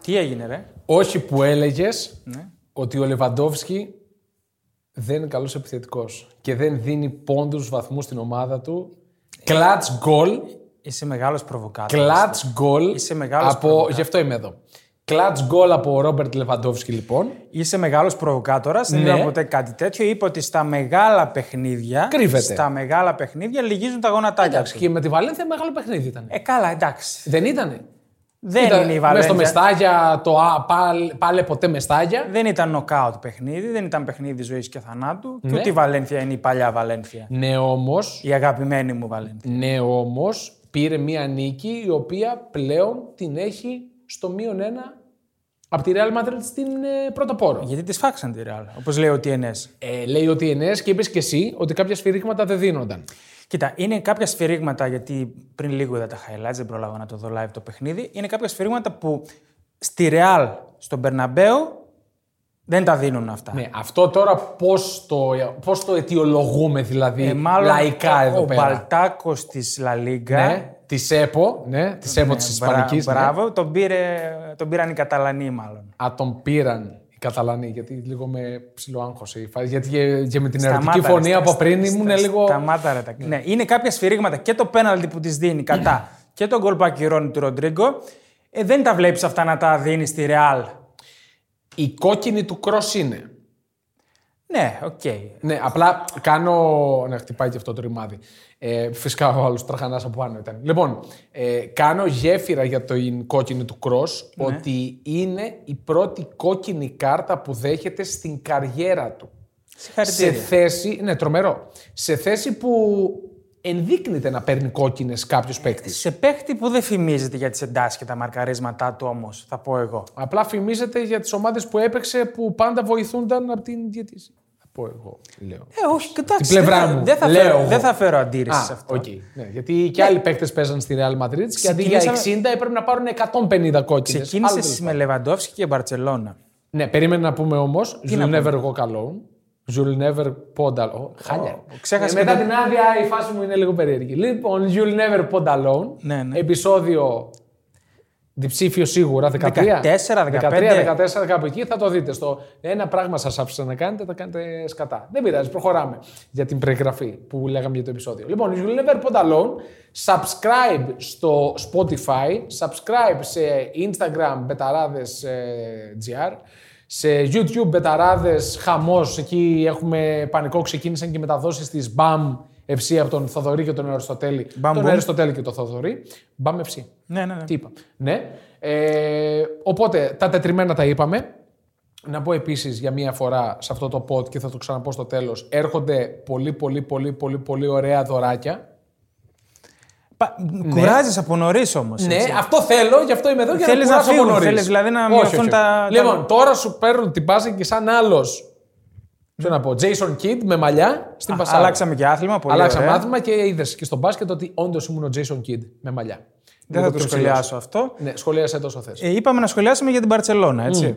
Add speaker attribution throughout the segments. Speaker 1: Τι έγινε, ρε.
Speaker 2: Όχι που έλεγες
Speaker 1: Ναι.
Speaker 2: ότι ο Λεβαντόφσκι δεν είναι καλός επιθετικός και δεν δίνει πόντους βαθμούς στην ομάδα του. Κλατ γκολ.
Speaker 1: Είσαι μεγάλος προβοκάτη.
Speaker 2: Κλατ γκολ.
Speaker 1: Είσαι μεγάλος
Speaker 2: Από... Γι' αυτό είμαι εδώ. Κλατ γκολ από ο Ρόμπερτ Λεβαντόφσκι, λοιπόν.
Speaker 1: Είσαι μεγάλος προβοκάτορας. Δεν
Speaker 2: Ναι.
Speaker 1: είπα ποτέ κάτι τέτοιο. Είπε ότι στα μεγάλα παιχνίδια.
Speaker 2: Κρύβεται.
Speaker 1: Στα μεγάλα παιχνίδια λυγίζουν τα γονατάκια.
Speaker 2: Εντάξει,
Speaker 1: του.
Speaker 2: και με τη Βαλένθια μεγάλο παιχνίδι ήταν.
Speaker 1: Ε, καλά, εντάξει.
Speaker 2: Δεν ήτανε.
Speaker 1: Δεν
Speaker 2: Ήταν
Speaker 1: είναι η
Speaker 2: Μέσα στο
Speaker 1: Βαλένθια.
Speaker 2: μεστάγια, το α, πάλε, πάλε ποτέ μεστάγια.
Speaker 1: Δεν ήταν νοκάουτ παιχνίδι, δεν ήταν παιχνίδι ζωής και θανάτου. Και
Speaker 2: Ναι.
Speaker 1: ούτε η Βαλένθια είναι η παλιά Βαλένθια.
Speaker 2: Ναι, όμως.
Speaker 1: Η αγαπημένη μου Βαλένθια.
Speaker 2: Ναι, όμως, πήρε μία νίκη η οποία πλέον την έχει στο μείον ένα από τη Real Madrid στην ε, πρώτο πόρο.
Speaker 1: Γιατί τη φάξαν τη Ρεάλ, όπως λέει ο TNS.
Speaker 2: Ε, λέει ότι η Ενές και είπες και εσύ ότι κάποια σφυρίγματα δεν δίνονταν.
Speaker 1: Κοίτα, είναι κάποια σφυρίγματα, γιατί πριν λίγο είδα τα highlights, δεν πρόλαβα να το δω live το παιχνίδι. Είναι κάποια σφυρίγματα που στη Ρεάλ, στον Περναμπέο, δεν τα δίνουν αυτά.
Speaker 2: Ναι, αυτό τώρα πώς το, πώς το αιτιολογούμε δηλαδή
Speaker 1: Ε, μάλλον
Speaker 2: λαϊκά
Speaker 1: ο-
Speaker 2: εδώ
Speaker 1: ο
Speaker 2: πέρα.
Speaker 1: Μπαλτάκος της Λα Λίγκα.
Speaker 2: Ναι, της ΕΠΟ, ναι, της ΕΠΟ της
Speaker 1: μπρα-
Speaker 2: Ισπανικής. ναι.
Speaker 1: Μπράβο, τον, πήρε, τον πήραν οι Καταλανοί, μάλλον.
Speaker 2: Α, τον πήραν οι Καταλανοί, γιατί λίγο με ψηλό άγχος η φάση. Γιατί και, και με την Ναι, ερωτική
Speaker 1: Σταμάτα, ρε,
Speaker 2: φωνή
Speaker 1: στα-
Speaker 2: από πριν
Speaker 1: στα-
Speaker 2: ήμουν
Speaker 1: στα-
Speaker 2: λίγο.
Speaker 1: Σταμάτα, ρε, τα... ναι. είναι κάποια σφυρίγματα και το πέναλτι που της δίνει
Speaker 2: Ναι.
Speaker 1: κατά και τον γκολ που ακυρώνει του Ροντρίγκο. Ε, δεν τα βλέπεις αυτά να τα δίνεις στη Ρεάλ.
Speaker 2: Η κόκκινη του κρός είναι.
Speaker 1: Ναι, οκ.
Speaker 2: Ναι, απλά κάνω. Να χτυπάει και αυτό το ρημάδι. Ε, φυσικά ο άλλος τραχανάς από πάνω ήταν. Λοιπόν, ε, κάνω γέφυρα για το κόκκινη του κρό ότι είναι η πρώτη κόκκινη κάρτα που δέχεται στην καριέρα του. Σε
Speaker 1: Συγχαρητήρια.
Speaker 2: θέση. Ναι, τρομερό. Σε θέση που ενδείκνυται να παίρνει κόκκινες κάποιος παίκτης.
Speaker 1: Σε παίχτη που δεν φημίζεται για τις εντάσεις και τα μαρκαρίσματά του όμως, θα πω εγώ.
Speaker 2: Απλά φημίζεται για τις ομάδες που έπαιξε που πάντα βοηθούνταν από την διαιτήση. Θα πω εγώ, λέω.
Speaker 1: Ε, όχι, κοιτάξτε.
Speaker 2: Την πλευρά
Speaker 1: δεν,
Speaker 2: μου,
Speaker 1: δεν θα
Speaker 2: λέω
Speaker 1: φέρω,
Speaker 2: εγώ.
Speaker 1: δεν θα φέρω αντίρρηση σε αυτό.
Speaker 2: οκ. Ναι, γιατί και άλλοι παίκτες παίζαν στη Real Madrid και αντί για 60
Speaker 1: Ξεκινήσαμε-
Speaker 2: έπρεπε να πάρουν 150 κόκκινες.
Speaker 1: Ξεκίνησε με Λεβαντόφσκι και Μπαρσελόνα.
Speaker 2: Ναι, περίμενα να πούμε όμως. You'll never go alone. You'll never pond alone. Χάλια.
Speaker 1: Ω, ξέχασα
Speaker 2: Ε,
Speaker 1: και
Speaker 2: μετά
Speaker 1: το-
Speaker 2: την άδεια η φάση μου είναι λίγο περίεργη. Λοιπόν, You'll never pond alone.
Speaker 1: Ναι, ναι.
Speaker 2: Επισόδιο διψήφιο σίγουρα 13.
Speaker 1: 14, 15.
Speaker 2: 13-14 κάπου εκεί θα το δείτε. Στο ένα πράγμα σας άφησα να κάνετε, τα κάνετε σκατά. Δεν πειράζει, προχωράμε για την περιγραφή που λέγαμε για το επεισόδιο. Λοιπόν, You'll Never Pond Alone, subscribe στο Spotify, subscribe σε Instagram Μπεταράδες ε, GR, σε YouTube Μπεταράδες Χαμός, εκεί έχουμε πανικό, ξεκίνησαν και μεταδόσεις της BAM FC από τον Θοδωρή και τον Αριστοτέλη.
Speaker 1: Bam
Speaker 2: τον
Speaker 1: Boom.
Speaker 2: Αριστοτέλη και τον Θοδωρή. BAM FC.
Speaker 1: Ναι, ναι, ναι.
Speaker 2: Τι είπα. Ναι. Ε, οπότε τα τετριμένα τα είπαμε. Να πω επίσης για μία φορά σε αυτό το pod και θα το ξαναπώ στο τέλος. Έρχονται πολύ πολύ πολύ πολύ πολύ ωραία δωράκια.
Speaker 1: Πα... Κουράζεις από νωρίς όμως.
Speaker 2: Ναι, αυτό θέλω, γι' αυτό είμαι εδώ για
Speaker 1: Θέλεις
Speaker 2: να
Speaker 1: να
Speaker 2: κουράσω από
Speaker 1: φύγουν,
Speaker 2: νωρίς.
Speaker 1: θέλεις δηλαδή να
Speaker 2: Όχι,
Speaker 1: μειωθούν
Speaker 2: όχι, όχι.
Speaker 1: τα-
Speaker 2: Λοιπόν, τώρα σου παίρνουν την πάσα και σαν άλλος. Τι να πω, Jason Kidd με μαλλιά στην Πασάρα.
Speaker 1: Αλλάξαμε και άθλημα. Πολύ
Speaker 2: Αλλάξαμε
Speaker 1: ωραία.
Speaker 2: άθλημα και είδες και στον μπάσκετ ότι όντως ήμουν ο Jason Kidd με μαλλιά.
Speaker 1: Δεν θα
Speaker 2: Λίγο
Speaker 1: το
Speaker 2: πιο ψηλός.
Speaker 1: σχολιάσω αυτό.
Speaker 2: Ναι, σχολίασε τόσο θες.
Speaker 1: Ε, είπαμε να σχολιάσουμε για την Μπαρσελόνα, έτσι.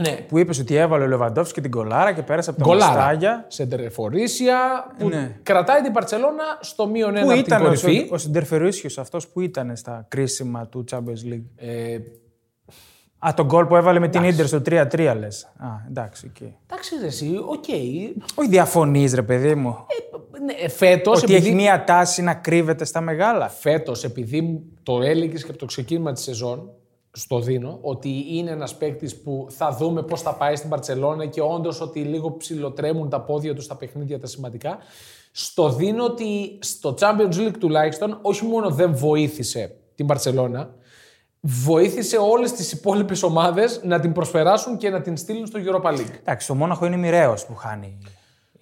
Speaker 2: Ναι,
Speaker 1: Που είπες ότι έβαλε ο Λεβαντόφσκι την κολάρα και πέρασε από τα
Speaker 2: Γκολάρα.
Speaker 1: Μοστάγια.
Speaker 2: Σεντερεφορήσια που
Speaker 1: Ναι.
Speaker 2: κρατάει την Παρσελώνα στο μείον
Speaker 1: Πού
Speaker 2: ένα από την
Speaker 1: ήταν ο,
Speaker 2: κορυφή.
Speaker 1: ο Συντερφερούσιο αυτός που ήταν στα κρίσιμα του Champions League.
Speaker 2: Ε,
Speaker 1: Α, τον γκολ που έβαλε με την ντερ στο 3-3 λες. Α, εντάξει, εκεί.
Speaker 2: εντάξει ρε εσύ, οκ.
Speaker 1: Όχι, διαφωνείς, ρε παιδί μου.
Speaker 2: Ε, ναι, φέτος,
Speaker 1: ότι
Speaker 2: επειδή,
Speaker 1: έχει μία τάση να κρύβεται στα μεγάλα.
Speaker 2: φέτος, επειδή το έλεγε και από το ξεκίνημα της σεζόν, στο δίνω, ότι είναι ένας παίκτης που θα δούμε πώς θα πάει στην Παρσελώνα και όντως ότι λίγο ψηλοτρέμουν τα πόδια του στα παιχνίδια τα σημαντικά. Στο δίνω ότι στο Champions League τουλάχιστον όχι μόνο δεν βοήθησε την Παρσελώνα, βοήθησε όλες τις υπόλοιπες ομάδες να την προσπεράσουν και να την στείλουν στο Europa League.
Speaker 1: Εντάξει, το Μόναχο είναι μοιραίο που χάνει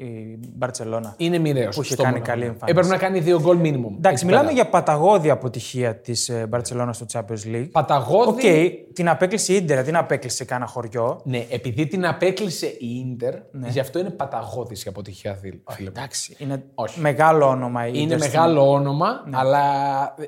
Speaker 1: η Μπαρσελόνα.
Speaker 2: Είναι μοιραίος. Που
Speaker 1: είχε κάνει καλή εμφάνιση.
Speaker 2: Έπρεπε Ε, να κάνει δύο γκολ minimum.
Speaker 1: Εντάξει,
Speaker 2: εκεί
Speaker 1: μιλάμε
Speaker 2: πέρα.
Speaker 1: για παταγώδη αποτυχία της Μπαρσελόνα στο Champions League. Οκ,
Speaker 2: Παταγώδη.
Speaker 1: την απέκλεισε η ντερ, την απέκλεισε κανένα χωριό.
Speaker 2: Ναι, επειδή την απέκλεισε η ίντερ, γι' αυτό είναι παταγώδης η αποτυχία, δι- φίλε μου.
Speaker 1: Ναι. Εντάξει, είναι
Speaker 2: Όχι.
Speaker 1: μεγάλο όνομα η
Speaker 2: Είναι
Speaker 1: Ίντερ στην- Ναι.
Speaker 2: μεγάλο όνομα, αλλά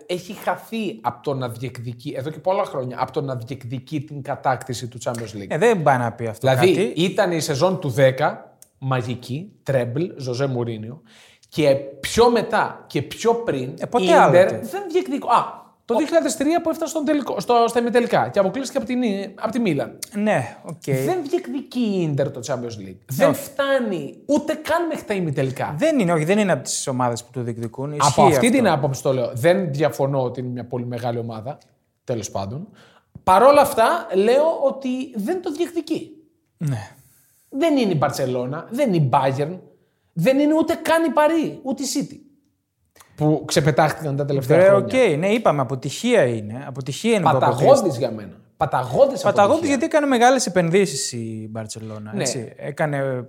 Speaker 2: έχει χαθεί από το να διεκδικεί, εδώ και πολλά χρόνια, από το να διεκδικεί την κατάκτηση του Champions League.
Speaker 1: Ε, δεν πάει να πει αυτό
Speaker 2: δηλαδή,
Speaker 1: κάτι.
Speaker 2: ήταν η σεζόν του 10, μαγική, τρέμπλ, Ζωζέ Μουρίνιο, και πιο μετά και πιο πριν,
Speaker 1: Ε, ποτέ
Speaker 2: η Ίντερ
Speaker 1: άλλοτε.
Speaker 2: δεν διεκδικεί. Α, το Το 2003 που έφτασε στον τελικό, στο, στα ημιτελικά και αποκλείστηκε από, την, από τη Μίλαν.
Speaker 1: Ναι, οκ.
Speaker 2: Δεν διεκδικεί η Ιντερ το Champions League.
Speaker 1: Ε,
Speaker 2: Δεν φτάνει ούτε καν μέχρι τα ημιτελικά.
Speaker 1: Δεν είναι, όχι, δεν είναι από τις ομάδες που το διεκδικούν. Ε, Ισχύει
Speaker 2: Από αυτή
Speaker 1: αυτό.
Speaker 2: την άποψη το λέω. Δεν διαφωνώ ότι είναι μια πολύ μεγάλη ομάδα. Τέλος πάντων. Παρ' όλα αυτά, λέω ότι δεν το διεκδικεί.
Speaker 1: Ναι.
Speaker 2: Δεν είναι η Μπαρσελόνα, δεν είναι η Bayern, δεν είναι ούτε καν η Παρή, ούτε η City. Που ξεπετάχτηκαν τα τελευταία
Speaker 1: Ρε, οκ,
Speaker 2: χρόνια.
Speaker 1: ναι, είπαμε, αποτυχία είναι. Αποτυχία είναι που αποκλείστηκε.
Speaker 2: Παταγώδη για μένα. Παταγώδης
Speaker 1: Παταγώδης γιατί έκανε μεγάλες επενδύσεις η Μπαρσελόνα.
Speaker 2: Ναι.
Speaker 1: έτσι. Έκανε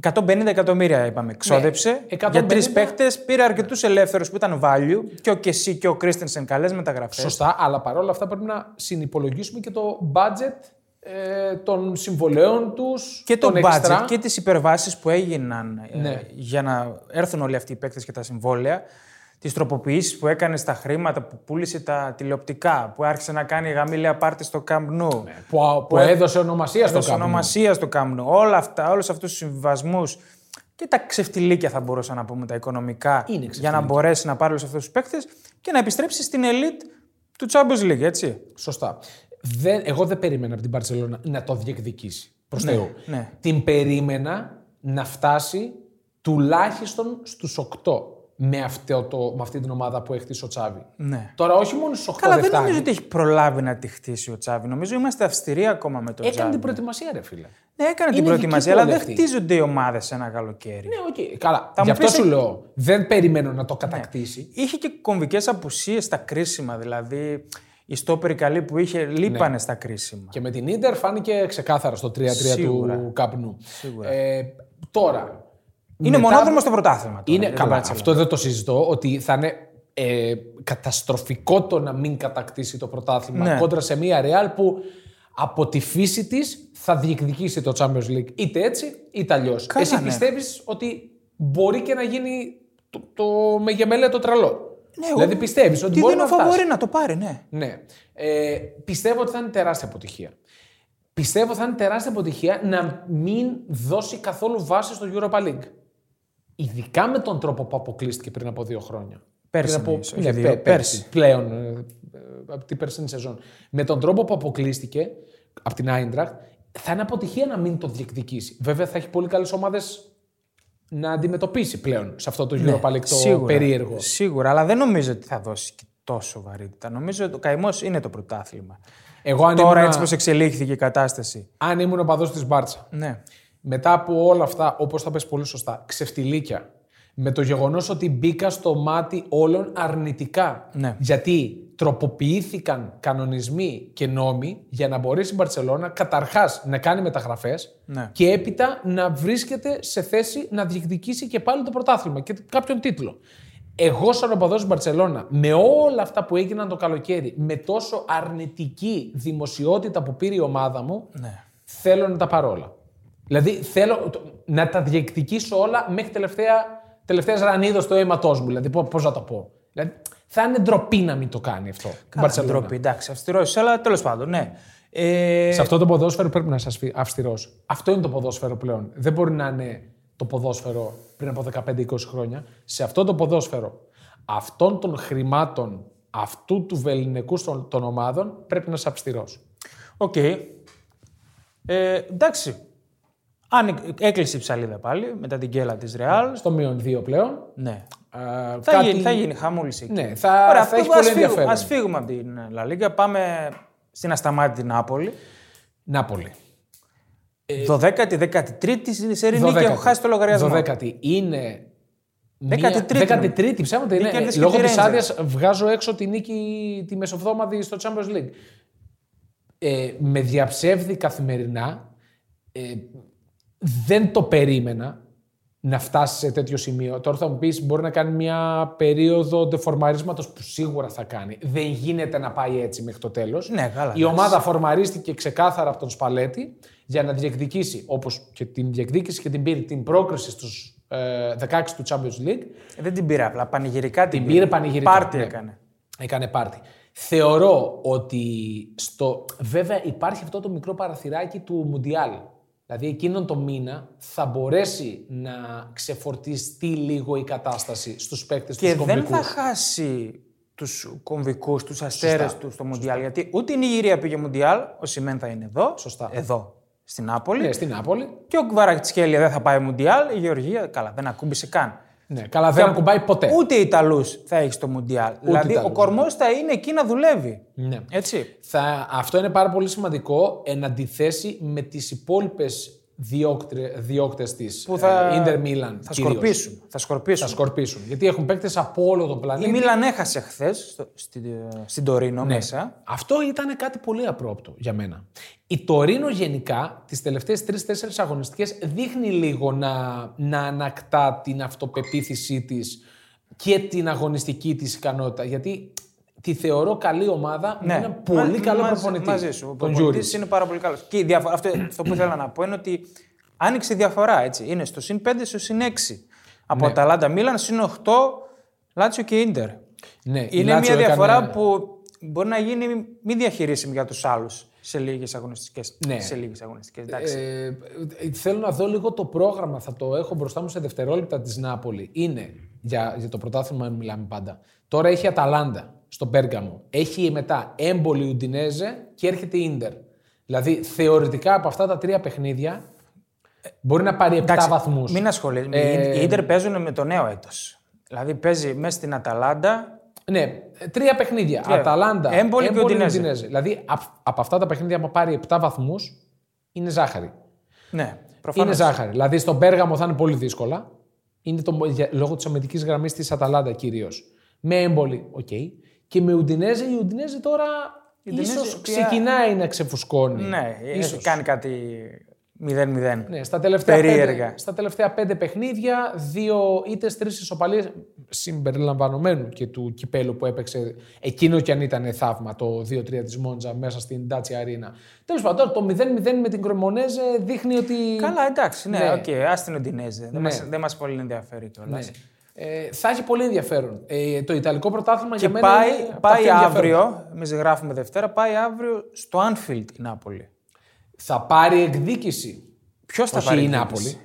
Speaker 1: 150 εκατομμύρια, είπαμε, ξόδεψε.
Speaker 2: 150.
Speaker 1: Για τρεις παίχτε πήρε αρκετούς ελεύθερους που ήταν value. Και ο Κεσί και ο Κρίστενσεν, καλές μεταγραφές.
Speaker 2: Σωστά, αλλά παρόλα αυτά πρέπει να συνυπολογίσουμε και το budget ε, των συμβολέων τους
Speaker 1: Και το budget
Speaker 2: extra.
Speaker 1: και τις υπερβάσεις που έγιναν ε,
Speaker 2: Ναι.
Speaker 1: για να έρθουν όλοι αυτοί οι παίκτες και τα συμβόλαια. Τις τροποποιήσεις που έκανες στα χρήματα που πούλησε τα τηλεοπτικά, που άρχισε να κάνει γαμήλια πάρτι στο Camp Nou.
Speaker 2: Ναι. που, που έδωσε ονομασία στο
Speaker 1: Έδωσε
Speaker 2: κάπου.
Speaker 1: ονομασία στο Camp Nou. Όλα αυτά, όλους αυτούς τους συμβιβασμού και τα ξεφτιλίκια θα μπορούσα να πούμε τα οικονομικά
Speaker 2: Είναι
Speaker 1: για
Speaker 2: ξεφτιλίκια.
Speaker 1: να μπορέσει να πάρει όλους αυτούς τους παίκτες και να επιστρέψει στην elite του Champions League, έτσι.
Speaker 2: Σωστά. Δεν, εγώ δεν περίμενα από την Παρσελόνα να το διεκδικήσει. Προς
Speaker 1: Ναι,
Speaker 2: Θεού.
Speaker 1: ναι.
Speaker 2: Την περίμενα να φτάσει τουλάχιστον στους 8 με, αυτό το, με αυτή την ομάδα που έχει ο Τσάβη.
Speaker 1: Ναι.
Speaker 2: Τώρα, όχι μόνο στους 8
Speaker 1: Καλά,
Speaker 2: δεν
Speaker 1: δεν
Speaker 2: φτάνει.
Speaker 1: νομίζω ότι έχει προλάβει να τη χτίσει ο Τσάβη. Νομίζω είμαστε αυστηροί ακόμα με τον
Speaker 2: Έκανε
Speaker 1: Τσάβη.
Speaker 2: την προετοιμασία, ρε φίλε.
Speaker 1: Ναι, έκανε την
Speaker 2: Είναι
Speaker 1: προετοιμασία, αλλά
Speaker 2: δική του
Speaker 1: δεν
Speaker 2: όλη αυτή.
Speaker 1: χτίζονται οι ομάδες σε ένα καλοκαίρι.
Speaker 2: Ναι, οκ. Καλά.
Speaker 1: Θα
Speaker 2: Γι'
Speaker 1: μου
Speaker 2: αυτό
Speaker 1: πεις, Ναι.
Speaker 2: σου
Speaker 1: ε-
Speaker 2: λέω. Δεν περιμένω να το κατακτήσει.
Speaker 1: Είχε και κομβικές απουσίες στα κρίσιμα. Δηλαδή, οι στόπεροι καλοί που είχε λείπανε στα κρίσιμα.
Speaker 2: Ναι. Και με την Ίντερ φάνηκε ξεκάθαρα στο 3-3 του
Speaker 1: Σίγουρα.
Speaker 2: καπνού. Σίγουρα. Ε, τώρα.
Speaker 1: Είναι
Speaker 2: μετά-
Speaker 1: μονόδρομος στο πρωτάθλημα. Τώρα, Ε,
Speaker 2: Είναι,
Speaker 1: για την
Speaker 2: καλά,
Speaker 1: Barcelona.
Speaker 2: αυτό δεν το συζητώ, ότι θα είναι ε, καταστροφικό το να μην κατακτήσει το πρωτάθλημα
Speaker 1: Ναι.
Speaker 2: κόντρα σε μια Ρεάλ που από τη φύση της θα διεκδικήσει το Champions League. Είτε έτσι, είτε αλλιώς.
Speaker 1: Καλά,
Speaker 2: Εσύ
Speaker 1: ναι.
Speaker 2: πιστεύεις ότι μπορεί και να γίνει το, το μεγεμέλε το τρελό.
Speaker 1: Ναι,
Speaker 2: δηλαδή
Speaker 1: εγώ-
Speaker 2: πιστεύεις ότι
Speaker 1: Τι
Speaker 2: μπορεί
Speaker 1: δίνω
Speaker 2: να φτάσει.
Speaker 1: φαβορή να το πάρει, ναι.
Speaker 2: Ναι. Ε, πιστεύω ότι θα είναι τεράστια αποτυχία. Πιστεύω θα είναι τεράστια αποτυχία να μην δώσει καθόλου βάση στο Europa League. Ειδικά με τον τρόπο που αποκλείστηκε πριν από δύο χρόνια.
Speaker 1: Πέρσι
Speaker 2: Πριν από-
Speaker 1: εννοείς, όχι
Speaker 2: ναι,
Speaker 1: δύο,
Speaker 2: πέ- πέρσι.
Speaker 1: πέρσι.
Speaker 2: Πλέον, ε, ε, από την περσινή σεζόν. Με τον τρόπο που αποκλείστηκε από την Άιντραχτ, θα είναι αποτυχία να μην το διεκδικήσει. Βέβαια, θα έχει πολύ καλές ομάδες να αντιμετωπίσει πλέον σε αυτό το
Speaker 1: Ναι,
Speaker 2: Europa League το περίεργο.
Speaker 1: Σίγουρα, αλλά δεν νομίζω ότι θα δώσει και τόσο βαρύτητα. Νομίζω ότι ο καημός είναι το πρωτάθλημα.
Speaker 2: Εγώ, αν
Speaker 1: Τώρα,
Speaker 2: ήμουν,
Speaker 1: έτσι πώ εξελίχθηκε η κατάσταση.
Speaker 2: αν ήμουν οπαδό της Μπάρτσα,
Speaker 1: Ναι.
Speaker 2: μετά από όλα αυτά, όπως θα πες πολύ σωστά, ξεφτιλίκια. Με το γεγονός ότι μπήκα στο μάτι όλων αρνητικά.
Speaker 1: Ναι.
Speaker 2: Γιατί τροποποιήθηκαν κανονισμοί και νόμοι για να μπορέσει η Μπαρσελόνα καταρχάς να κάνει μεταγραφές
Speaker 1: Ναι.
Speaker 2: και έπειτα να βρίσκεται σε θέση να διεκδικήσει και πάλι το πρωτάθλημα και κάποιον τίτλο. Εγώ, σαν οπαδός της Μπαρσελόνα, με όλα αυτά που έγιναν το καλοκαίρι, με τόσο αρνητική δημοσιότητα που πήρε η ομάδα μου,
Speaker 1: ναι.
Speaker 2: θέλω να τα πάρω όλα. Δηλαδή θέλω το- να τα διεκδικήσω όλα μέχρι τελευταία, τελευταία ρανίδα στο αίματό μου. Δηλαδή, πώ να το πω. Δηλαδή, θα είναι ντροπή να μην το κάνει αυτό. η
Speaker 1: Καλά,
Speaker 2: Μπαρσελόνα.
Speaker 1: ντροπή, εντάξει, αυστηρός, αλλά τέλος πάντων, ναι. Ε,
Speaker 2: Σε αυτό το ποδόσφαιρο πρέπει να είσαι αυστηρός. Αυτό είναι το ποδόσφαιρο πλέον. Δεν μπορεί να είναι το ποδόσφαιρο πριν από 15-20 χρόνια. Σε αυτό το ποδόσφαιρο αυτών των χρημάτων, αυτού του βεληνικού των, των ομάδων, πρέπει να είσαι αυστηρός.
Speaker 1: Οκ. Ε, εντάξει. Αν έκλεισε η ψαλίδα πάλι μετά την κέλα της Ρεάλ.
Speaker 2: Στο μείον 2 πλέον.
Speaker 1: Ναι.
Speaker 2: ε,
Speaker 1: Θα,
Speaker 2: κάτι-
Speaker 1: γίνει, θα γίνει χαμούλη εκεί.
Speaker 2: Ναι, θα,
Speaker 1: Ωραία, αυτό
Speaker 2: θα έχει
Speaker 1: ας
Speaker 2: πολύ
Speaker 1: φύγουμε-
Speaker 2: ενδιαφέρον.
Speaker 1: Ας φύγουμε από την Λα Λίγκα, πάμε στην ασταμάτητη Νάπολη.
Speaker 2: Νάπολη. Ε,
Speaker 1: 12η, 13η είναι σε ρινή και έχω χάσει το λογαριασμό.
Speaker 2: 12η είναι.
Speaker 1: 13η.
Speaker 2: 13η ψέματα είναι.
Speaker 1: κέρδισε και
Speaker 2: λόγω
Speaker 1: τη
Speaker 2: τη
Speaker 1: Rangers.
Speaker 2: άδειας βγάζω έξω τη νίκη τη μεσοβδόμαδη στο Champions League. Ε, με διαψεύδει καθημερινά. Ε, δεν το περίμενα να φτάσει σε τέτοιο σημείο. Τώρα θα μου πεις: Μπορεί να κάνει μια περίοδο ντεφορμαρίσματος που σίγουρα θα κάνει. Δεν γίνεται να πάει έτσι μέχρι το τέλος.
Speaker 1: Ναι, καλά,
Speaker 2: Η
Speaker 1: ναι.
Speaker 2: ομάδα φορμαρίστηκε ξεκάθαρα από τον Σπαλέτη για να διεκδικήσει, όπως και την διεκδίκηση και την πήρε, την πρόκριση στους 16 του Champions League.
Speaker 1: Ε, Δεν την πήρα απλά. Πανηγυρικά την,
Speaker 2: Την πήρε πανηγυρικά,
Speaker 1: Πάρτι
Speaker 2: ναι.
Speaker 1: έκανε.
Speaker 2: Έκανε πάρτι. Θεωρώ ότι στο. Βέβαια, υπάρχει αυτό το μικρό παραθυράκι του Μουντιάλ. Δηλαδή, εκείνον το μήνα θα μπορέσει να ξεφορτιστεί λίγο η κατάσταση στους παίκτες του
Speaker 1: Και δεν
Speaker 2: κομβικούς.
Speaker 1: θα χάσει τους κομβικούς, τους αστέρες του στο Μουντιάλ. Γιατί ούτε η Νιγηρία πήγε Μουντιάλ, ο Σιμέν θα είναι εδώ.
Speaker 2: Σωστά.
Speaker 1: Εδώ, στην Νάπολη.
Speaker 2: Ναι, στην Νάπολη.
Speaker 1: Και ο Κβαρακτσχέλια δεν θα πάει Μουντιάλ. Η Γεωργία, καλά, δεν ακούμπησε καν.
Speaker 2: Ναι, καλά, δεν ακουμπάει ποτέ.
Speaker 1: Ούτε Ιταλούς θα έχεις στο Μουντιάλ. δηλαδή ο
Speaker 2: Ιταλούς,
Speaker 1: κορμό θα είναι εκεί να δουλεύει.
Speaker 2: Ναι.
Speaker 1: Έτσι.
Speaker 2: Θα, αυτό είναι πάρα πολύ σημαντικό εν αντιθέσει με τις υπόλοιπες διώκτες της ε,
Speaker 1: Που θα-
Speaker 2: Ιντερ Μίλαν
Speaker 1: Θα σκορπίσουν. Θα σκορπίσουν.
Speaker 2: Θα σκορπίσουν. Γιατί έχουν παίκτες από όλο τον
Speaker 1: Η
Speaker 2: πλανήτη.
Speaker 1: Μίλαν έχασε χθες στην, στην Τωρίνο
Speaker 2: Ναι.
Speaker 1: μέσα.
Speaker 2: Αυτό ήταν κάτι πολύ απρόπτο για μένα. Η Τωρίνο γενικά τις τελευταίες τρεις-τέσσερις αγωνιστικές δείχνει λίγο να, να ανακτά την αυτοπεποίθησή της και την αγωνιστική της ικανότητα. Γιατί τη θεωρώ καλή ομάδα με έναν πολύ
Speaker 1: Ναι. Μα-
Speaker 2: καλό
Speaker 1: μαζί-
Speaker 2: προπονητή.
Speaker 1: Μαζί σου. Ο
Speaker 2: τον
Speaker 1: προπονητής
Speaker 2: Γιούρις.
Speaker 1: είναι πάρα πολύ καλός. Και η διαφορά, αυτό, αυτό που ήθελα να πω είναι ότι άνοιξε η διαφορά. Έτσι. Είναι στο συν 5, στο συν 6. Από ναι. Αταλάντα Μίλαν, συν 8, Λάτσιο και Ίντερ.
Speaker 2: Ναι, η
Speaker 1: Είναι
Speaker 2: Λάτσιο
Speaker 1: μια
Speaker 2: έκανε-
Speaker 1: διαφορά που μπορεί να γίνει μη διαχειρίσιμη για τους άλλους σε λίγες αγωνιστικές.
Speaker 2: Ναι.
Speaker 1: Σε λίγες αγωνιστικές, εντάξει.
Speaker 2: Ε, ε, θέλω να δω λίγο το πρόγραμμα. Θα το έχω μπροστά μου σε δευτερόλεπτα της Νάπολη. Είναι για, για το πρωτάθλημα μιλάμε πάντα. Τώρα έχει Αταλάντα στον Πέργαμο. Έχει μετά έμπολη Ουντινέζε και έρχεται η Ίντερ. Δηλαδή θεωρητικά από αυτά τα τρία παιχνίδια ε, μπορεί να πάρει 7
Speaker 1: Εντάξει,
Speaker 2: βαθμούς.
Speaker 1: Μην ασχολείσαι.
Speaker 2: Ε,
Speaker 1: Οι Ιντερ παίζουν με το νέο έτος. Δηλαδή παίζει μέσα στην Αταλάντα.
Speaker 2: Ναι, τρία παιχνίδια. Αταλάντα,
Speaker 1: Έμπολη και Ουντινέζε.
Speaker 2: Ουντινέζε. Δηλαδή απ- από αυτά τα παιχνίδια, άμα πάρει 7 βαθμούς, είναι ζάχαρη.
Speaker 1: Ναι, προφανώ.
Speaker 2: Είναι ζάχαρη. Δηλαδή στον Πέργαμο θα είναι πολύ δύσκολα. Είναι το, για- λόγω της αμυντική γραμμής της Αταλάντα κυρίως. Με έμπολη, οκ. Και με Ουντινέζε, η Ουντινέζε τώρα
Speaker 1: Η Ουντινέζε
Speaker 2: ίσως
Speaker 1: πια-
Speaker 2: ξεκινάει να ξεφουσκώνει.
Speaker 1: Ναι,
Speaker 2: ίσως.
Speaker 1: έχει κάνει κάτι 0-0.
Speaker 2: Ναι, στα τελευταία, πέντε,
Speaker 1: Περίεργα.
Speaker 2: στα τελευταία πέντε παιχνίδια, δύο ήττες, τρεις ισοπαλίες. Συμπεριλαμβανομένου και του κυπέλου που έπαιξε εκείνο κι αν ήταν θαύμα το 2-3 της Μόντζα μέσα στην Ντάτσι Αρίνα. Τέλος πάντων, το 0-0 με την Κρεμονέζε δείχνει ότι.
Speaker 1: Καλά, εντάξει, ναι,
Speaker 2: Ναι.
Speaker 1: οκ, ας την Ουντινέζε. Δεν
Speaker 2: Ναι.
Speaker 1: μας- Δεν μας πολύ ενδιαφέρει κιόλας.
Speaker 2: Ναι. Ε, θα έχει πολύ ενδιαφέρον. Ε, το Ιταλικό πρωτάθλημα
Speaker 1: Και
Speaker 2: για μένα
Speaker 1: πάει,
Speaker 2: είναι από τα
Speaker 1: πάει
Speaker 2: πιο ενδιαφέροντα.
Speaker 1: αύριο, εμείς γράφουμε Δευτέρα, πάει αύριο στο Anfield η Νάπολη.
Speaker 2: Θα πάρει εκδίκηση.
Speaker 1: Ποιος θα
Speaker 2: Όχι
Speaker 1: πάρει
Speaker 2: η
Speaker 1: εκδίκηση?
Speaker 2: Νάπολη.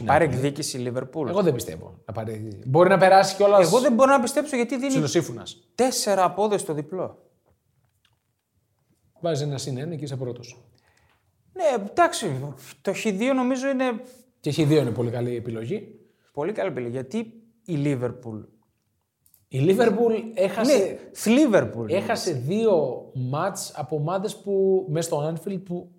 Speaker 1: Να πάρει εκδίκηση η Λίβερπουλ.
Speaker 2: Εγώ δεν πιστεύω να πάρει εκδίκηση. Μπορεί να περάσει κιόλας
Speaker 1: Εγώ δεν μπορώ να πιστέψω γιατί δίνει
Speaker 2: ψηλοσύφουνα.
Speaker 1: τέσσερα απόδοση στο διπλό.
Speaker 2: Βάζει ένα συν ένα και είσαι πρώτος.
Speaker 1: Ναι, εντάξει. Το Χ2 νομίζω είναι
Speaker 2: Και έχει δύο είναι πολύ καλή επιλογή.
Speaker 1: πολύ καλή επιλογή. Γιατί η Λίβερπουλ.
Speaker 2: Η Λίβερπουλ έχασε,
Speaker 1: Ναι, Θλίβερπουλ.
Speaker 2: έχασε δύο μάτς από ομάδες που μέσα στο Anfield που.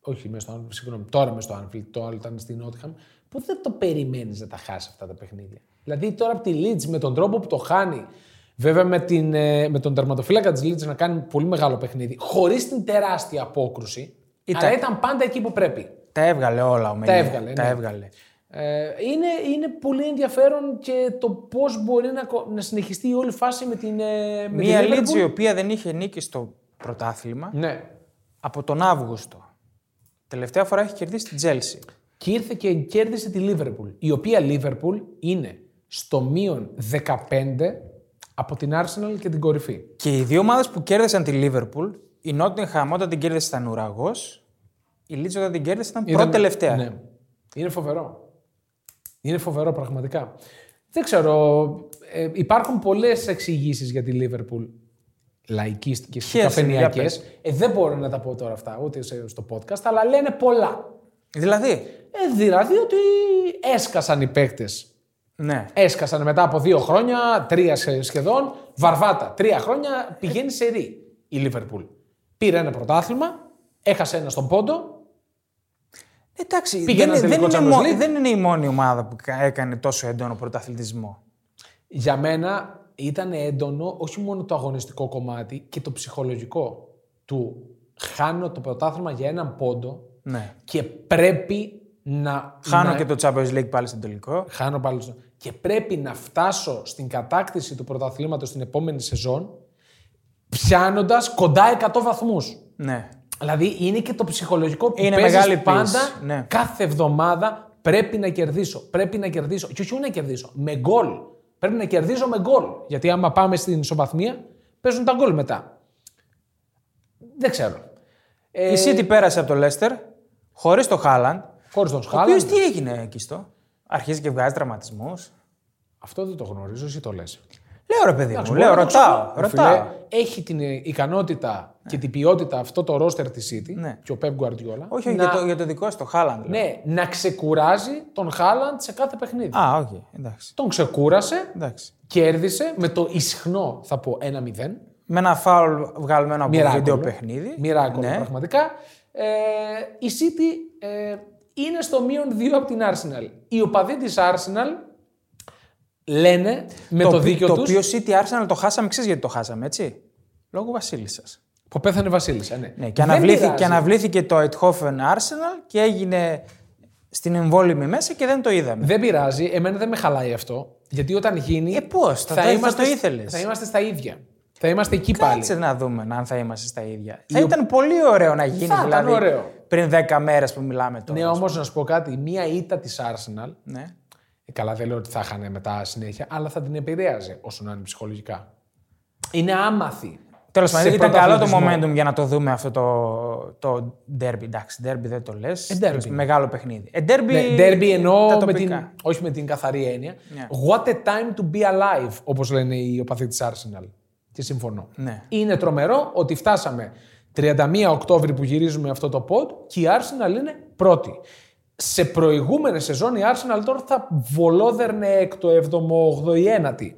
Speaker 2: Όχι, μέσα στο Anfield, συγγνώμη, τώρα μέσα στο Anfield, το άλλο ήταν στην Nottingham, που δεν το περιμένεις να τα χάσει αυτά τα παιχνίδια. Δηλαδή τώρα από τη Leeds με τον τρόπο που το χάνει, βέβαια με, την, ε, με τον τερματοφύλακα της Leeds να κάνει πολύ μεγάλο παιχνίδι, χωρίς την τεράστια απόκρουση,
Speaker 1: Ήταν-
Speaker 2: αλλά ήταν πάντα εκεί που πρέπει.
Speaker 1: Τα έβγαλε όλα ο Μελιέ.
Speaker 2: έβγαλε,
Speaker 1: Τα
Speaker 2: ναι.
Speaker 1: έβγαλε.
Speaker 2: Ε, είναι, είναι πολύ ενδιαφέρον και το πώς μπορεί να, κο- να συνεχιστεί η όλη φάση με την. ε, Με
Speaker 1: Μία
Speaker 2: την Liverpool.
Speaker 1: Λίτζ η οποία δεν είχε νίκη στο πρωτάθλημα
Speaker 2: Ναι.
Speaker 1: από τον Αύγουστο. Τελευταία φορά έχει κερδίσει την Τζέλσι.
Speaker 2: Και ήρθε και κέρδισε τη Λίβερπουλ. Η οποία Λίβερπουλ είναι στο μείον 15 από την Arsenal και την κορυφή.
Speaker 1: Και οι δύο ομάδες που κέρδισαν τη Λίβερπουλ, η Νότιγχαμ όταν την κέρδισε ήταν ουραγός, η Λίτζ όταν την κέρδισε ήταν
Speaker 2: Ήταν-
Speaker 1: πρώτη τελευταία.
Speaker 2: Ναι. Είναι φοβερό. Είναι φοβερό πραγματικά. Δεν ξέρω. ε, υπάρχουν πολλές εξηγήσεις για τη Λίβερπουλ λαϊκίστικες και
Speaker 1: Ποιες είναι,
Speaker 2: καφενιακέ.
Speaker 1: για πες.
Speaker 2: Ε, δεν μπορώ να τα πω τώρα αυτά ούτε σε- στο podcast, αλλά λένε πολλά.
Speaker 1: Δηλαδή,
Speaker 2: Ε, δηλαδή ότι έσκασαν οι παίκτες.
Speaker 1: ναι.
Speaker 2: Έσκασαν μετά από δύο χρόνια, τρία σε- σχεδόν, βαρβάτα. Τρία χρόνια πηγαίνει σε ρί η Λίβερπουλ. Πήρε ένα πρωτάθλημα, έχασε ένα στον πόντο,
Speaker 1: Εντάξει,
Speaker 2: Πήγε
Speaker 1: δεν,
Speaker 2: ένα
Speaker 1: δεν, είναι
Speaker 2: τελικό Champions
Speaker 1: μο-
Speaker 2: League.
Speaker 1: δεν είναι η μόνη ομάδα που κα- έκανε τόσο έντονο πρωταθλητισμό.
Speaker 2: Για μένα ήταν έντονο όχι μόνο το αγωνιστικό κομμάτι και το ψυχολογικό του χάνω το πρωτάθλημα για έναν πόντο
Speaker 1: Ναι.
Speaker 2: και πρέπει να...
Speaker 1: Χάνω
Speaker 2: να-
Speaker 1: και το Champions League πάλι στον τελικό.
Speaker 2: Χάνω πάλι στο- Και πρέπει να φτάσω στην κατάκτηση του πρωταθλήματος την επόμενη σεζόν πιάνοντας κοντά 100 βαθμούς.
Speaker 1: Ναι.
Speaker 2: Δηλαδή είναι και το ψυχολογικό που
Speaker 1: Είναι
Speaker 2: παίζεις
Speaker 1: μεγάλη πίεση,
Speaker 2: πάντα
Speaker 1: ναι.
Speaker 2: κάθε εβδομάδα πρέπει να κερδίσω. Πρέπει να κερδίσω. Και όχι να κερδίσω. Με γκολ. Πρέπει να κερδίζω με γκολ. Γιατί άμα πάμε στην ισοβαθμία, παίζουν τα γκολ μετά. Δεν ξέρω. Ε,
Speaker 1: Η City πέρασε από το Leicester χωρί το Χάλαντ.
Speaker 2: χωρίς τον
Speaker 1: Ο οποίο
Speaker 2: Χάλαντ.
Speaker 1: τι έγινε εκεί στο. Αρχίζει και βγάζει τραυματισμούς.
Speaker 2: Αυτό δεν το γνωρίζω, εσύ το λες.
Speaker 1: Λέω Λέω ρε παιδί μου,
Speaker 2: Εντάξει,
Speaker 1: λέω,
Speaker 2: μπορεί να το
Speaker 1: ρωτάω.
Speaker 2: ξεπλά-
Speaker 1: ρωτάω.
Speaker 2: Φίλε, έχει την ε, ικανότητα και την ποιότητα αυτό το ρόστερ της City
Speaker 1: Ναι.
Speaker 2: και ο Pep Guardiola
Speaker 1: Όχι,
Speaker 2: να,
Speaker 1: για, το, για το δικό σου, το Χάλαντ. λέω.
Speaker 2: ναι, να ξεκουράζει τον Χάλαντ σε κάθε παιχνίδι.
Speaker 1: Α, όχι, εντάξει.
Speaker 2: Τον ξεκούρασε,
Speaker 1: εντάξει.
Speaker 2: κέρδισε με το ισχνό, θα πω, 1-0.
Speaker 1: Με ένα φάουλ βγαλμένο από το
Speaker 2: Μοιράκολο.
Speaker 1: βίντεο παιχνίδι.
Speaker 2: Μοιράκολο,
Speaker 1: Ναι.
Speaker 2: πραγματικά. Ε, η City ε, είναι στο μείον 2 από την Arsenal. Οι οπαδοί της Arsenal λένε με το,
Speaker 1: πι-
Speaker 2: δίκιο
Speaker 1: το
Speaker 2: τους
Speaker 1: οποίο City Arsenal το χάσαμε, ξέρεις γιατί το χάσαμε, έτσι. Λόγω Βασίλισσας.
Speaker 2: που πέθανε η Βασίλισσα. Ναι,
Speaker 1: Ναι, και,
Speaker 2: Δεν
Speaker 1: αναβλήθη,
Speaker 2: πειράζει.
Speaker 1: και αναβλήθηκε το Eindhoven Arsenal και έγινε στην εμβόλυμη μέσα και δεν το είδαμε.
Speaker 2: Δεν πειράζει, εμένα δεν με χαλάει αυτό. Γιατί όταν γίνει.
Speaker 1: Ε, πώς, θα το- θα το ήθελες.
Speaker 2: Θα είμαστε στα ίδια. Θα είμαστε εκεί
Speaker 1: Κάτσε
Speaker 2: πάλι.
Speaker 1: να δούμε αν θα είμαστε στα ίδια. Θα ήταν πολύ ωραίο να γίνει
Speaker 2: Θα ήταν
Speaker 1: δηλαδή
Speaker 2: ωραίο.
Speaker 1: πριν 10 μέρες που μιλάμε τώρα.
Speaker 2: Ναι, όμως να σου πω κάτι. Μία ήττα της Arsenal.
Speaker 1: Ναι.
Speaker 2: ε, Καλά, δεν λέω ότι θα είχαν μετά συνέχεια, αλλά θα την επηρέαζε όσο να είναι ψυχολογικά. Είναι άμαθη.
Speaker 1: Τέλος πάντων,
Speaker 2: σε
Speaker 1: ήταν καλό το
Speaker 2: πρωταθλητισμό.
Speaker 1: momentum για να το δούμε αυτό το, το derby. Εντάξει, derby δεν το λες.
Speaker 2: Ε, derby.
Speaker 1: Μεγάλο παιχνίδι. Ε, derby,
Speaker 2: Ναι, derby εννοώ
Speaker 1: τα
Speaker 2: με
Speaker 1: τοπικά.
Speaker 2: την, όχι με την καθαρή έννοια.
Speaker 1: Ναι.
Speaker 2: What a time to be alive, όπως λένε οι οπαδοί της Arsenal. Και συμφωνώ.
Speaker 1: Ναι.
Speaker 2: Είναι τρομερό ότι φτάσαμε 31 Οκτώβρη που γυρίζουμε αυτό το pod και η Arsenal είναι πρώτη. Σε προηγούμενη σεζόν η Arsenal τώρα θα βολόδερνε εκ το 7ο, 8ο ή 9η.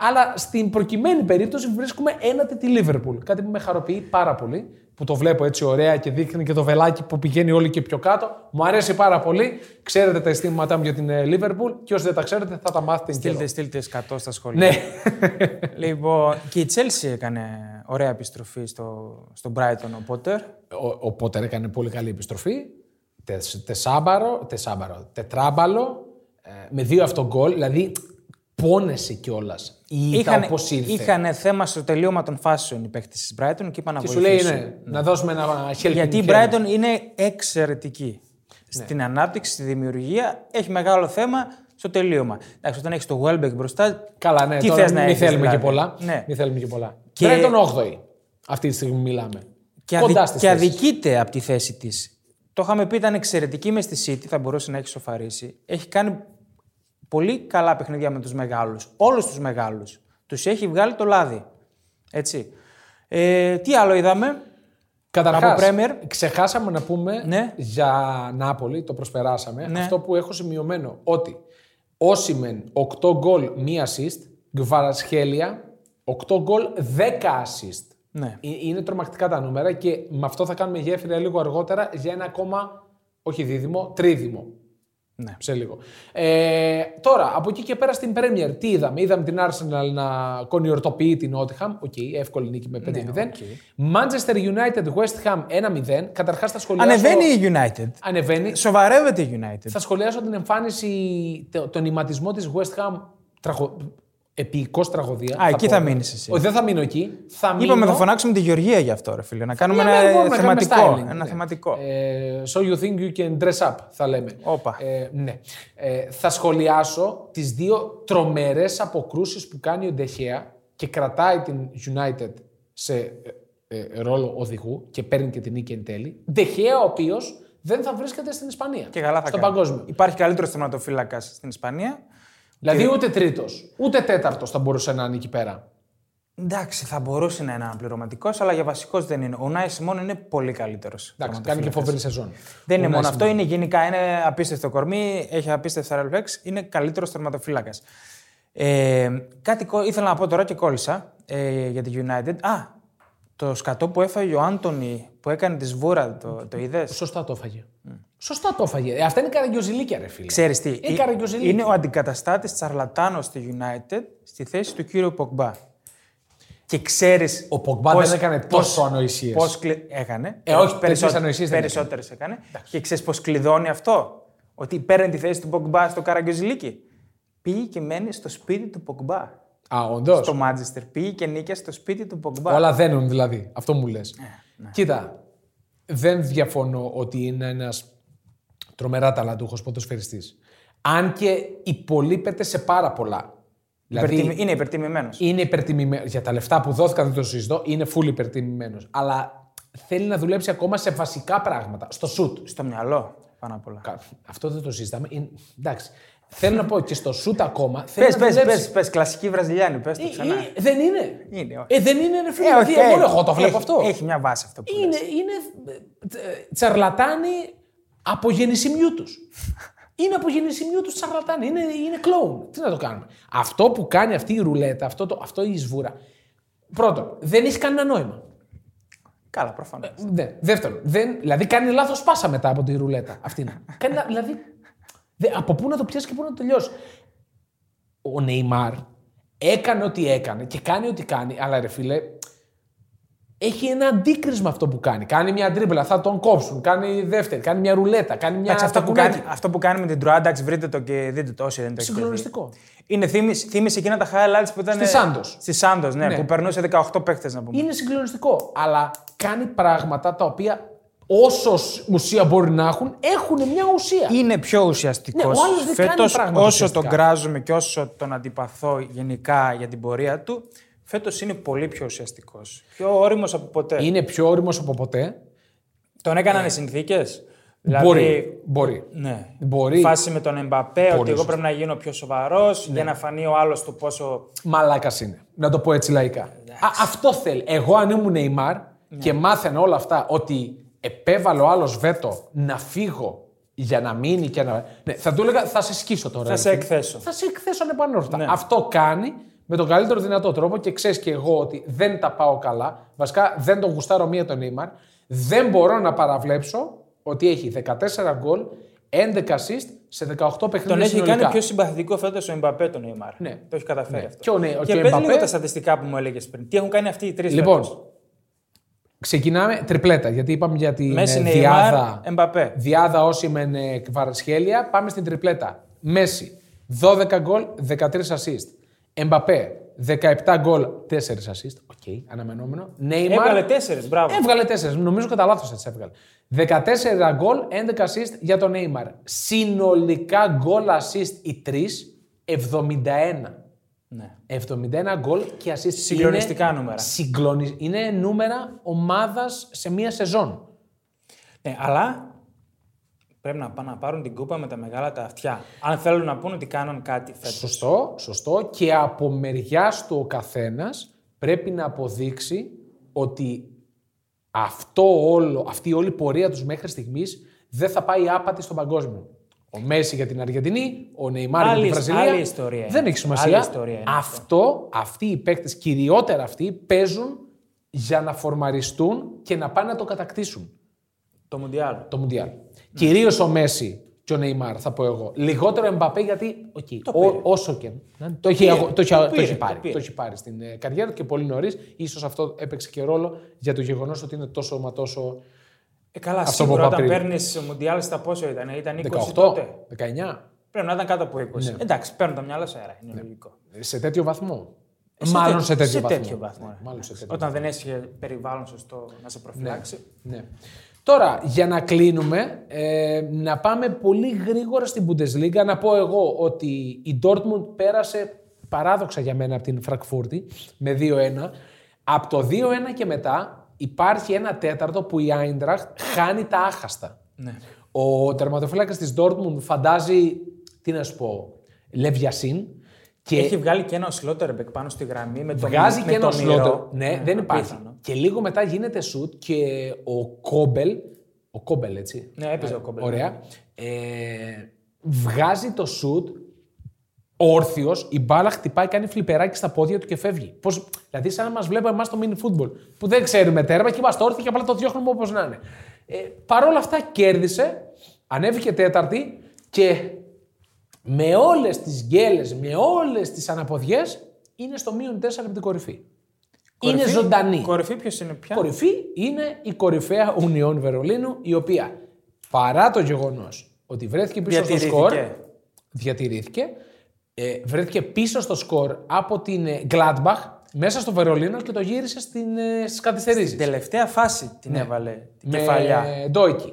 Speaker 2: Αλλά στην προκειμένη περίπτωση βρίσκουμε ένατη τη Λίβερπουλ. Κάτι που με χαροποιεί πάρα πολύ, που το βλέπω έτσι ωραία και δείχνει και το βελάκι που πηγαίνει όλοι και πιο κάτω. Μου αρέσει πάρα πολύ. Ξέρετε τα αισθήματά μου για την ε, Λίβερπουλ και όσοι δεν τα ξέρετε θα τα μάθετε εν καιρό.
Speaker 1: Στείλτε, στείλτε 100 στα σχολεία.
Speaker 2: Ναι.
Speaker 1: Λοιπόν, και η Chelsea έκανε ωραία επιστροφή στο, στο Brighton ο Potter.
Speaker 2: Ο, ο Πότερ έκανε πολύ καλή επιστροφή. Τε- Τεσάμπαρο, τεσάμπαρο τετράμπαλο, ε, με δύο αυτογκολ. Δηλαδή πόνεσε κιόλας. Η ήττα
Speaker 1: Είχανε-
Speaker 2: όπως ήρθε.
Speaker 1: είχανε θέμα στο τελείωμα των φάσεων οι παίκτες της Brighton και είπαν να
Speaker 2: Και σου λέει
Speaker 1: βοηθήσουν.
Speaker 2: ναι, να δώσουμε ένα helping
Speaker 1: Γιατί η
Speaker 2: hand.
Speaker 1: Brighton είναι εξαιρετική.
Speaker 2: Ναι.
Speaker 1: Στην ανάπτυξη, στη δημιουργία, έχει μεγάλο θέμα στο τελείωμα. Εντάξει, όταν έχεις το Welbeck μπροστά.
Speaker 2: Καλά, ναι,
Speaker 1: τι
Speaker 2: τώρα
Speaker 1: θες να
Speaker 2: μην
Speaker 1: έχεις,
Speaker 2: θέλουμε
Speaker 1: δηλαδή.
Speaker 2: και πολλά.
Speaker 1: Ναι.
Speaker 2: Μην θέλουμε και πολλά.
Speaker 1: Και-
Speaker 2: Και... Πρέπει τον 8η. Αυτή τη στιγμή μιλάμε.
Speaker 1: Και, αδι...
Speaker 2: Κοντά στις
Speaker 1: και
Speaker 2: θέσεις.
Speaker 1: αδικείται από τη θέση της. Το είχαμε πει, ήταν εξαιρετική μες στη City, θα μπορούσε να έχει σοφαρίσει. Έχει κάνει πολύ καλά παιχνίδια με τους μεγάλους. Όλους τους μεγάλους. Τους έχει βγάλει το λάδι. Έτσι. Ε, τι άλλο είδαμε.
Speaker 2: Καταρχάς,
Speaker 1: από Premier.
Speaker 2: ξεχάσαμε να πούμε
Speaker 1: Ναι.
Speaker 2: για Νάπολη, το προσπεράσαμε.
Speaker 1: Ναι.
Speaker 2: Αυτό που έχω σημειωμένο, ότι Όσιμεν 8 γκολ 1 assist, Γκβαρασχέλια 8 γκολ 10 assist.
Speaker 1: Ναι.
Speaker 2: Ε- Είναι τρομακτικά τα νούμερα και με αυτό θα κάνουμε γέφυρα λίγο αργότερα για ένα ακόμα, όχι δίδυμο, τρίδυμο.
Speaker 1: Ναι.
Speaker 2: Σε λίγο. Ε, τώρα, από εκεί και πέρα στην Premier, τι είδαμε. Είδαμε την Arsenal να κονιορτοποιεί την Nottingham. Οκ, εύκολη νίκη με 5-0.
Speaker 1: Ναι,
Speaker 2: Manchester United, West Ham 1-0. Καταρχάς θα σχολιάσω.
Speaker 1: Ανεβαίνει η United.
Speaker 2: Ανεβαίνει.
Speaker 1: Σοβαρεύεται η United.
Speaker 2: ε, Θα σχολιάσω την εμφάνιση, το- τον ηματισμό της West Ham. Τραγω... Επίκος τραγωδία.
Speaker 1: Α, εκεί
Speaker 2: πω.
Speaker 1: θα μείνεις εσύ.
Speaker 2: Όχι, δεν θα μείνω εκεί. Θα μείνω...
Speaker 1: Είπαμε θα φωνάξουμε τη Γεωργία γι' αυτό, ρε φίλε. Να κάνουμε
Speaker 2: Μια μέρα
Speaker 1: ένα ε,
Speaker 2: μπορούμε να κάνουμε
Speaker 1: θεματικό.
Speaker 2: styling,
Speaker 1: ένα
Speaker 2: ναι.
Speaker 1: θεματικό.
Speaker 2: Ε, so you think you can dress up, θα λέμε.
Speaker 1: Όπα.
Speaker 2: Ε, ναι. Ε, θα σχολιάσω τις δύο τρομερές αποκρούσεις που κάνει ο Ντεχέα και κρατάει την United σε ε, ε, ρόλο οδηγού και παίρνει και την νίκη εν τέλει. Ντεχέα ο οποίος δεν θα βρίσκεται στην Ισπανία.
Speaker 1: και καλά θα
Speaker 2: Στον
Speaker 1: κάνει.
Speaker 2: παγκόσμιο.
Speaker 1: Υπάρχει καλύτερος θεματοφύλακας στην Ισπανία.
Speaker 2: Δηλαδή ούτε τρίτος, ούτε τέταρτος θα μπορούσε να είναι εκεί πέρα.
Speaker 1: Εντάξει, θα μπορούσε να είναι αναπληρωματικός, αλλά για βασικός δεν είναι. Ο Νάις Σιμών είναι πολύ καλύτερος.
Speaker 2: Εντάξει, κάνει και φοβερή σεζόν.
Speaker 1: Δεν είναι
Speaker 2: Ο
Speaker 1: μόνο
Speaker 2: Νάις
Speaker 1: αυτό, είναι γενικά είναι απίστευτο κορμί, έχει απίστευτα ρελπέξ, είναι καλύτερος τερματοφύλακας. Ε, κάτι κο- ήθελα να πω τώρα και κόλλησα ε, για τη United. Α, το σκατό που έφαγε ο Άντωνη που έκανε τη σβούρα, το, το είδες.
Speaker 2: Σωστά το έφαγε. Σωστά το έφαγε. Ε, Αυτά είναι καραγκιοζηλίκια, ρε φίλε.
Speaker 1: Ε, Ξέρεις τι,
Speaker 2: Είναι καραγκιοζηλίκια.
Speaker 1: είναι ο αντικαταστάτης Τσαρλατάνος στη United στη θέση του κύριου Ποκμπά. Και ξέρεις
Speaker 2: Ο Πογμπά
Speaker 1: πώς-
Speaker 2: δεν έκανε
Speaker 1: πώς-
Speaker 2: τόσο ανοησίες.
Speaker 1: Πώς κλει- έκανε.
Speaker 2: Ε, όχι,
Speaker 1: Περισσότερες-
Speaker 2: τέτοιες ανοησίες δεν
Speaker 1: Περισσότερες έκανε. Και ξέρεις πώς κλειδώνει αυτό. Ότι παίρνει τη θέση του Πογμπά στο Καραγκιοζηλίκι. Πήγε και μένει στο σπίτι του Πογμπά.
Speaker 2: Α, όντως.
Speaker 1: Στο Μάντζεστερ. Πήγε και νίκε στο σπίτι του Πογμπά. Ναι,
Speaker 2: Όλα δένουν δηλαδή. Αυτό μου λες. Κοίτα, δεν διαφωνώ ότι είναι ένας τρομερά ταλαντούχος ποδοσφαιριστής. Αν και υπολείπεται σε πάρα πολλά. δηλαδή-
Speaker 1: Υπερτιμη- Είναι υπερτιμημένος.
Speaker 2: Είναι υπερτιμημένο. Για τα λεφτά που δόθηκαν, δεν το συζητώ, είναι full υπερτιμημένος. Αλλά θέλει να δουλέψει ακόμα σε βασικά πράγματα. Στο σουτ.
Speaker 1: Στο μυαλό πάνω απ' όλα.
Speaker 2: Κα- Αυτό δεν το συζητάμε. Είναι- εντάξει. Θέλω να πω και στο σουτ ακόμα. θέλει
Speaker 1: Πες,
Speaker 2: να
Speaker 1: πες,
Speaker 2: δουλέψει.
Speaker 1: πες, πες, κλασική Βραζιλιάνη, πες το
Speaker 2: Ε,
Speaker 1: ξανά.
Speaker 2: ε, δεν είναι.
Speaker 1: Είναι, όχι.
Speaker 2: ε, δεν είναι, ρε φίλε.
Speaker 1: Ε,
Speaker 2: γιατί
Speaker 1: οκ.
Speaker 2: εγώ, εγώ το βλέπω
Speaker 1: έχει,
Speaker 2: αυτό.
Speaker 1: Έχει μια βάση αυτό που
Speaker 2: είναι, είναι ε, τσαρλατάνοι από γεννησιμιού του. Είναι από γεννησιμιού του τσαρλατάνοι. Είναι, είναι κλόουν. Τι να το κάνουμε. Αυτό που κάνει αυτή η ρουλέτα, αυτό, το, αυτό η σβούρα. Πρώτον, δεν έχει κανένα νόημα.
Speaker 1: Καλά, προφανώς.
Speaker 2: Ναι. Δεύτερον, δεν, δηλαδή κάνει λάθος πάσα μετά από τη ρουλέτα αυτήν. κάνει, λα- δηλαδή, δε- από πού να το πιάσεις και πού να το τελειώσεις. Ο Νεϊμάρ έκανε ό,τι έκανε και κάνει ό,τι κάνει, αλλά ρε φίλε, έχει ένα αντίκρισμα αυτό που κάνει. Κάνει μια τρίπλα, θα τον κόψουν. Κάνει δεύτερη, κάνει μια ρουλέτα, κάνει μια.
Speaker 1: Εντάξει, αυτό, που
Speaker 2: τακουνάκι.
Speaker 1: κάνει, αυτό που κάνει με την Τροάντα, βρείτε το και δείτε το όσοι δεν το έχετε δει.
Speaker 2: Συγκλονιστικό.
Speaker 1: Είναι, θύμισε, θύμισε εκείνα τα highlights που ήταν. ε,
Speaker 2: Στη Σάντος.
Speaker 1: Στη Σάντος, ναι,
Speaker 2: Ναι.
Speaker 1: που περνούσε 18 παίχτε να πούμε.
Speaker 2: Είναι συγκλονιστικό. Αλλά κάνει πράγματα τα οποία όσος ουσία μπορεί να έχουν, έχουν μια ουσία.
Speaker 1: Είναι πιο ουσιαστικός
Speaker 2: Ναι, ο άλλος δεν κάνει
Speaker 1: φέτος.
Speaker 2: πράγματα
Speaker 1: Όσο
Speaker 2: ουσιαστικά.
Speaker 1: τον κράζουμε και όσο τον αντιπαθώ γενικά για την πορεία του, φέτος είναι πολύ πιο ουσιαστικός. Πιο όριμος από ποτέ.
Speaker 2: Είναι πιο όριμος από ποτέ.
Speaker 1: Τον έκαναν οι συνθήκες.
Speaker 2: Μπορεί. μπορεί.
Speaker 1: Ναι.
Speaker 2: Μπορεί.
Speaker 1: Δηλαδή, Φάση με τον Εμπαπέ, ότι εγώ
Speaker 2: σωστά. Ναι.
Speaker 1: πρέπει να γίνω πιο σοβαρός για να φανεί ο άλλος το πόσο.
Speaker 2: Μαλάκας είναι. Να το πω έτσι λαϊκά. Α, αυτό θέλει. Εγώ αν ήμουν Νεϊμάρ
Speaker 1: Ναι.
Speaker 2: και μάθαινα όλα αυτά ότι επέβαλε ο άλλος βέτο να φύγω για να μείνει και να. Ναι, θα του έλεγα θα σε σκίσω τώρα.
Speaker 1: Θα
Speaker 2: ρε
Speaker 1: σε
Speaker 2: φίλε.
Speaker 1: εκθέσω. Ναι.
Speaker 2: Θα σε εκθέσω ανεπανόρθωτα. Αυτό κάνει με τον καλύτερο δυνατό τρόπο και ξέρεις και εγώ ότι δεν τα πάω καλά. Βασικά δεν τον γουστάρω μία τον Νεϊμάρ. Δεν μπορώ να παραβλέψω ότι έχει 14 γκολ, 11 assist σε 18 παιχνίδια.
Speaker 1: Τον έχει
Speaker 2: συνολικά.
Speaker 1: κάνει πιο συμπαθητικό φέτος ο Εμπαπέ τον Νεϊμάρ.
Speaker 2: Ναι.
Speaker 1: Το έχει καταφέρει
Speaker 2: Ναι.
Speaker 1: αυτό.
Speaker 2: Και ο Νε- και ο
Speaker 1: πες λίγο
Speaker 2: Εμπαπέ-
Speaker 1: τα στατιστικά που μου έλεγες πριν. Τι έχουν κάνει αυτοί οι τρεις.
Speaker 2: Λοιπόν, ξεκινάμε τριπλέτα, γιατί είπαμε για την
Speaker 1: Μέση
Speaker 2: ε,
Speaker 1: Νεϊμάρ,
Speaker 2: διάδα,
Speaker 1: Εμπαπέ.
Speaker 2: διάδα όσοι με Κβαρασχέλια. Πάμε στην τριπλέτα. Μέση, 12 γκολ, 13 assist. Εμπαπέ, 17 γκολ, 4 assist. Οκ, αναμενόμενο. Νεϊμάρ,
Speaker 1: Έβγαλε τέσσερις, μπράβο.
Speaker 2: Έβγαλε 4. Νομίζω κατά λάθος έτσι έβγαλε. 14 γκολ, 11 assist για τον Neymar. Συνολικά γκολ assist οι 3, 71.
Speaker 1: Ναι.
Speaker 2: 71 γκολ και assist.
Speaker 1: Συγκλονιστικά
Speaker 2: είναι,
Speaker 1: νούμερα.
Speaker 2: συγκλονι- Είναι νούμερα ομάδας σε μία σεζόν.
Speaker 1: Ναι, αλλά πρέπει να πάνε να πάρουν την κούπα με τα μεγάλα τα αυτιά. Αν θέλουν να πούν ότι κάνουν κάτι φέτος.
Speaker 2: Σωστό, σωστό. Και από μεριά του ο καθένας πρέπει να αποδείξει ότι αυτό όλο, αυτή όλη η πορεία τους μέχρι στιγμής δεν θα πάει άπατη στον παγκόσμιο. Ο Μέση για την Αργεντινή, ο Νεϊμάρ για
Speaker 1: Άλλη-
Speaker 2: την Βραζιλία.
Speaker 1: άλλη ιστορία είναι
Speaker 2: Δεν έχει
Speaker 1: αυτό.
Speaker 2: σημασία.
Speaker 1: Άλλη ιστορία είναι
Speaker 2: αυτό, αυτοί οι παίκτες, κυριότερα αυτοί, παίζουν για να φορμαριστούν και να πάνε να το κατακτήσουν.
Speaker 1: Το Μουντιάλ.
Speaker 2: το Μουντιάλ. Κυρίως ο Μέση και ο Νεϊμάρ, θα πω εγώ. Λιγότερο Εμπαπέ γιατί οκ, ο, όσο και. να είναι, Το, έχει,
Speaker 1: πήρε,
Speaker 2: αγο- το, έχει,
Speaker 1: το
Speaker 2: το
Speaker 1: πήρε,
Speaker 2: έχει
Speaker 1: το
Speaker 2: πάρει,
Speaker 1: πήρε.
Speaker 2: το έχει πάρει στην ε, καριέρα του και πολύ νωρίς. σω αυτό έπαιξε και ρόλο για το γεγονός ότι είναι τόσο μα τόσο.
Speaker 1: Ε, καλά,
Speaker 2: Αυτό
Speaker 1: σίγουρα
Speaker 2: που είπα
Speaker 1: όταν παίρνει
Speaker 2: πριν.
Speaker 1: Μουντιάλ στα πόσο ήταν, ήταν 20
Speaker 2: 18,
Speaker 1: τότε.
Speaker 2: 19.
Speaker 1: Πρέπει να ήταν κάτω από 20.
Speaker 2: Ναι.
Speaker 1: Εντάξει, παίρνουν τα μυαλά σε αέρα. Είναι λογικό.
Speaker 2: Σε τέτοιο βαθμό.
Speaker 1: Ε, σε
Speaker 2: μάλλον
Speaker 1: τέτοιο-
Speaker 2: σε τέτοιο
Speaker 1: σε
Speaker 2: βαθμό.
Speaker 1: τέτοιο βαθμό,
Speaker 2: Ναι,
Speaker 1: ε.
Speaker 2: μάλλον σε τέτοιο
Speaker 1: Όταν δεν έσχε περιβάλλον σωστό να σε προφυλάξει.
Speaker 2: Ναι. Τώρα, για να κλείνουμε, ε, να πάμε πολύ γρήγορα στην Bundesliga. Να πω εγώ ότι η Dortmund πέρασε παράδοξα για μένα από την Φραγκφούρτη με 2-1. Από το 2-1 και μετά υπάρχει ένα τέταρτο που η Άιντραχτ χάνει τα άχαστα.
Speaker 1: Ναι.
Speaker 2: Ο τερματοφύλακας της Dortmund φαντάζει, τι να σου πω, Λεβιασίν. Και
Speaker 1: Έχει βγάλει και ένα σλότερμπεκ πάνω στη γραμμή με τον
Speaker 2: Βγάζει
Speaker 1: με
Speaker 2: και ένα
Speaker 1: τον Μυρό.
Speaker 2: σλότ. Ναι, δεν υπάρχει.
Speaker 1: απίθανο.
Speaker 2: Και λίγο μετά γίνεται σουτ και ο Κόμπελ. Ο Κόμπελ, έτσι.
Speaker 1: Ναι, έπαιζε ο Κόμπελ.
Speaker 2: Ωραία. Ε, βγάζει το σουτ όρθιος, η μπάλα χτυπάει, κάνει φλιπεράκι στα πόδια του και φεύγει. Πώς, δηλαδή, σαν να μας βλέπει εμά το mini football που δεν ξέρουμε τέρμα και είμαστε όρθιοι και απλά το διώχνουμε όπως να είναι. Ε, Παρ' όλα αυτά κέρδισε, ανέβηκε τέταρτη και με όλες τις γκέλες, με όλες τις αναποδιές είναι στο μείον 4 από την κορυφή.
Speaker 1: Κορυφή-
Speaker 2: είναι ζωντανή.
Speaker 1: Κορυφή ποιος είναι πια.
Speaker 2: Κορυφή είναι η κορυφαία Union Βερολίνου, η οποία παρά το γεγονός ότι βρέθηκε πίσω στο
Speaker 1: Διατηρήθηκε.
Speaker 2: σκορ. Διατηρήθηκε. Ε, βρέθηκε πίσω στο σκορ από την ε, Gladbach μέσα στο Βερολίνο και το γύρισε στην, ε, στις καθυστερήσεις.
Speaker 1: Την τελευταία φάση την
Speaker 2: Ναι.
Speaker 1: έβαλε την κεφαλιά.
Speaker 2: Με ντόικι.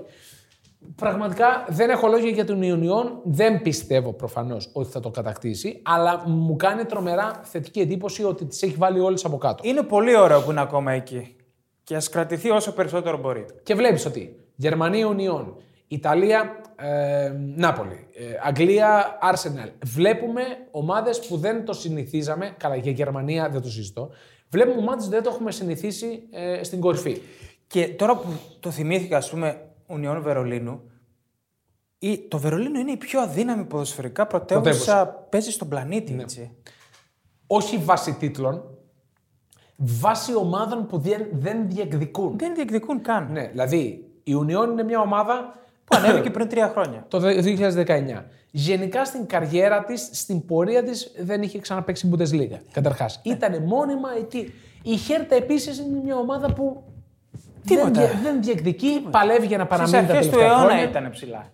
Speaker 2: Πραγματικά δεν έχω λόγια για τον Ιουνιόν. Δεν πιστεύω προφανώς ότι θα το κατακτήσει, αλλά μου κάνει τρομερά θετική εντύπωση ότι τις έχει βάλει όλες από κάτω.
Speaker 1: Είναι πολύ ωραίο που είναι ακόμα εκεί. Και ας κρατηθεί όσο περισσότερο μπορεί.
Speaker 2: Και βλέπεις ότι Γερμανία Ιουνιόν, Ιταλία, ε, Νάπολη. Ε, Αγγλία, Arsenal. Βλέπουμε ομάδες που δεν το συνηθίζαμε. Καλά, για Γερμανία δεν το συζητώ. Βλέπουμε ομάδες που δεν το έχουμε συνηθίσει ε, στην κορυφή.
Speaker 1: Και τώρα που το θυμήθηκα, ας πούμε, Ουνιών Βερολίνου, η- το Βερολίνο είναι η πιο αδύναμη ποδοσφαιρικά πρωτεύουσα.
Speaker 2: Πρωτεύουσα. Ναι.
Speaker 1: Παίζει στον πλανήτη, έτσι.
Speaker 2: Όχι βάσει τίτλων, βάσει ομάδων που διε- δεν διεκδικούν.
Speaker 1: Δεν διεκδικούν καν.
Speaker 2: Ναι, δηλαδή η Union είναι μια ομάδα
Speaker 1: Που ανέβηκε πριν τρία χρόνια.
Speaker 2: το 2019. Γενικά στην καριέρα της, στην πορεία της, δεν είχε ξαναπέξει Bundesliga. Καταρχάς, ήταν μόνιμα εκεί. Η Χέρτα επίσης είναι μια ομάδα που
Speaker 1: Τίποτα.
Speaker 2: δεν, διε- δεν διεκδικεί, παλεύει για να
Speaker 1: Στις
Speaker 2: παραμείνει τα
Speaker 1: αρχές του
Speaker 2: τελευταία
Speaker 1: αιώνα
Speaker 2: χρόνια.
Speaker 1: ήταν ψηλά.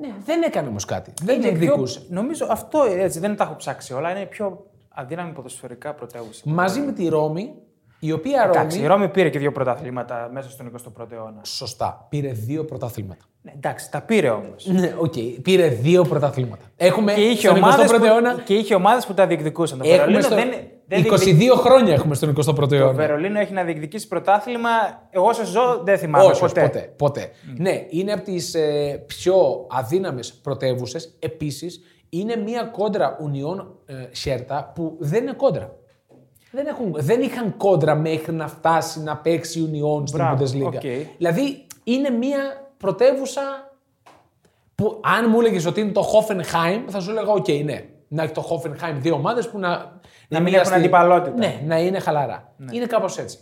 Speaker 2: Ναι, δεν έκανε όμως κάτι. Δεν
Speaker 1: Είναι
Speaker 2: διεκδικούσε.
Speaker 1: πιο- Νομίζω αυτό έτσι, δεν τα έχω ψάξει όλα. Είναι η πιο αδύναμη ποδοσφαιρικά πρωτεύουσα.
Speaker 2: Μαζί με τη Ρώμη, η οποία
Speaker 1: Εντάξει, η
Speaker 2: Ρώμη.
Speaker 1: Ρώμη πήρε και δύο πρωταθλήματα μέσα στον 21ο αιώνα.
Speaker 2: Σωστά, πήρε δύο πρωταθλήματα.
Speaker 1: Ναι, εντάξει, τα πήρε όμως.
Speaker 2: Ναι, οκ, πήρε δύο πρωταθλήματα. Έχουμε
Speaker 1: Και είχε
Speaker 2: στον 21ο
Speaker 1: ομάδε
Speaker 2: αιώνα.
Speaker 1: που, και είχε ομάδες που τα διεκδικούσαν. Το
Speaker 2: Έχουμε
Speaker 1: Βερολίνο,
Speaker 2: στο... ναι.
Speaker 1: δεν, δεν
Speaker 2: 22
Speaker 1: διεκδικεί-
Speaker 2: χρόνια έχουμε στον 21ο αιώνα.
Speaker 1: το Βερολίνο έχει να διεκδικήσει πρωτάθλημα. Εγώ όσο ζω δεν θυμάμαι
Speaker 2: Όχι,
Speaker 1: ποτέ. Mm.
Speaker 2: ποτέ. ποτέ, ποτέ. Ναι, είναι από τις ε, πιο αδύναμες πρωτεύουσες. Επίσης, είναι μια κόντρα Union ε, Σέρτα που δεν είναι κόντρα. Δεν, έχουν, δεν είχαν κόντρα μέχρι να φτάσει να παίξει η Union στην
Speaker 1: Μπράβο,
Speaker 2: Bundesliga.
Speaker 1: οκ.
Speaker 2: Δηλαδή, είναι μια πρωτεύουσα που αν μου έλεγες ότι είναι το Hoffenheim, θα σου έλεγα: Οκ, ναι. Να έχει το Hoffenheim δύο ομάδες που να.
Speaker 1: μην
Speaker 2: μια
Speaker 1: έχουν
Speaker 2: στη-
Speaker 1: αντιπαλότητα.
Speaker 2: Ναι, να είναι χαλαρά. Είναι κάπως έτσι.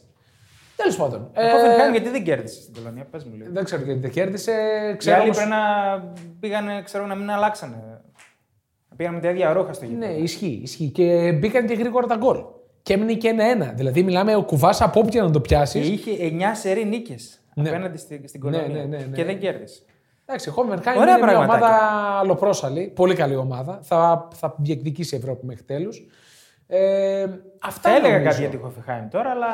Speaker 2: Τέλος πάντων.
Speaker 1: Ε,
Speaker 2: ε,
Speaker 1: Hoffenheim, γιατί δεν κέρδισε στην Πολωνία, πες μου λίγο.
Speaker 2: δεν ξέρω γιατί δεν κέρδισε.
Speaker 1: Οι
Speaker 2: Ξέρω
Speaker 1: άλλοι
Speaker 2: όμως...
Speaker 1: πρέπει να πήγανε, ξέρω, να μην αλλάξανε. Να Πήγανε με τα ίδια ρούχα στο γήπεδο.
Speaker 2: Ναι, ισχύει, ισχύει. Και μπήκαν και γρήγορα τα γκολ. Και έμεινε και ένα-ένα. Δηλαδή, μιλάμε ο κουβάς από όπου και να το
Speaker 1: Και
Speaker 2: πιάσεις.
Speaker 1: είχε 9 σερή νίκες
Speaker 2: Ναι.
Speaker 1: απέναντι στην, στην
Speaker 2: Ναι,
Speaker 1: Κολονία.
Speaker 2: ναι, ναι, ναι.
Speaker 1: Και δεν κέρδισε.
Speaker 2: Εντάξει, η Hoffenheim
Speaker 1: Ωραία
Speaker 2: είναι μια
Speaker 1: πραγματάκια.
Speaker 2: ομάδα αλλοπρόσαλη. Πολύ καλή ομάδα. Θα, θα διεκδικήσει η Ευρώπη μέχρι τέλους. Ε, αυτά
Speaker 1: Θα έλεγα
Speaker 2: νομίζω.
Speaker 1: κάτι για τη Χοφιχάιμ τώρα, αλλά.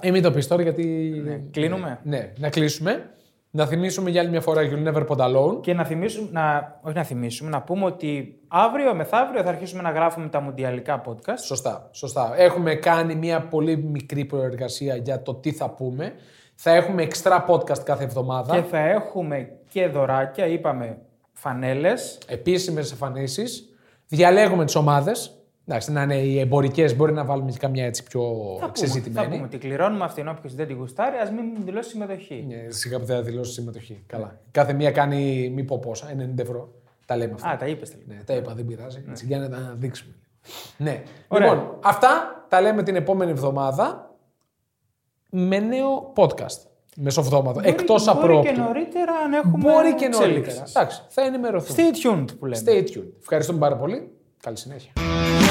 Speaker 2: Ε, μην το πεις τώρα γιατί.
Speaker 1: Κλείνουμε.
Speaker 2: Ναι, να κλείσουμε. Να θυμίσουμε για άλλη μια φορά You'll Never Pond Alone.
Speaker 1: Και να θυμίσουμε, να, όχι να θυμίσουμε, να πούμε ότι αύριο μεθαύριο θα αρχίσουμε να γράφουμε τα μουντιαλικά podcast.
Speaker 2: Σωστά, σωστά. Έχουμε κάνει μια πολύ μικρή προεργασία για το τι θα πούμε. Θα έχουμε εξτρά podcast κάθε εβδομάδα.
Speaker 1: Και θα έχουμε και δωράκια, είπαμε φανέλες.
Speaker 2: επίσημες εμφανίσεις. Διαλέγουμε τις ομάδες. Εντάξει, να είναι οι εμπορικές, μπορεί να βάλουμε και καμιά έτσι πιο
Speaker 1: Θα
Speaker 2: ξεζητημένη.
Speaker 1: πούμε ότι κληρώνουμε αυτήν. Όποιος δεν την γουστάρει, ας μην δηλώσει συμμετοχή.
Speaker 2: Ε, Σιγά που δεν θα δηλώσει συμμετοχή. Καλά. Κάθε μία κάνει μη πω πόσα, 90 ευρώ. Τα λέμε αυτά.
Speaker 1: Α, τα είπες τελικά.
Speaker 2: Ναι, τα είπα, δεν πειράζει. Έτσι, για να τα δείξουμε. ναι.
Speaker 1: Ωραία.
Speaker 2: Λοιπόν, αυτά τα λέμε την επόμενη εβδομάδα με νέο podcast. Μεσοβδόμαδο. Εκτός
Speaker 1: Μπορεί- Μπορεί και
Speaker 2: απρόπτου.
Speaker 1: νωρίτερα αν έχουμε.
Speaker 2: Μπορεί και
Speaker 1: εξέλιξη.
Speaker 2: νωρίτερα. Εντάξει, θα ενημερωθούμε.
Speaker 1: Stay tuned που λέμε.
Speaker 2: Stay tuned. Ευχαριστούμε πάρα πολύ. Καλή συνέχεια.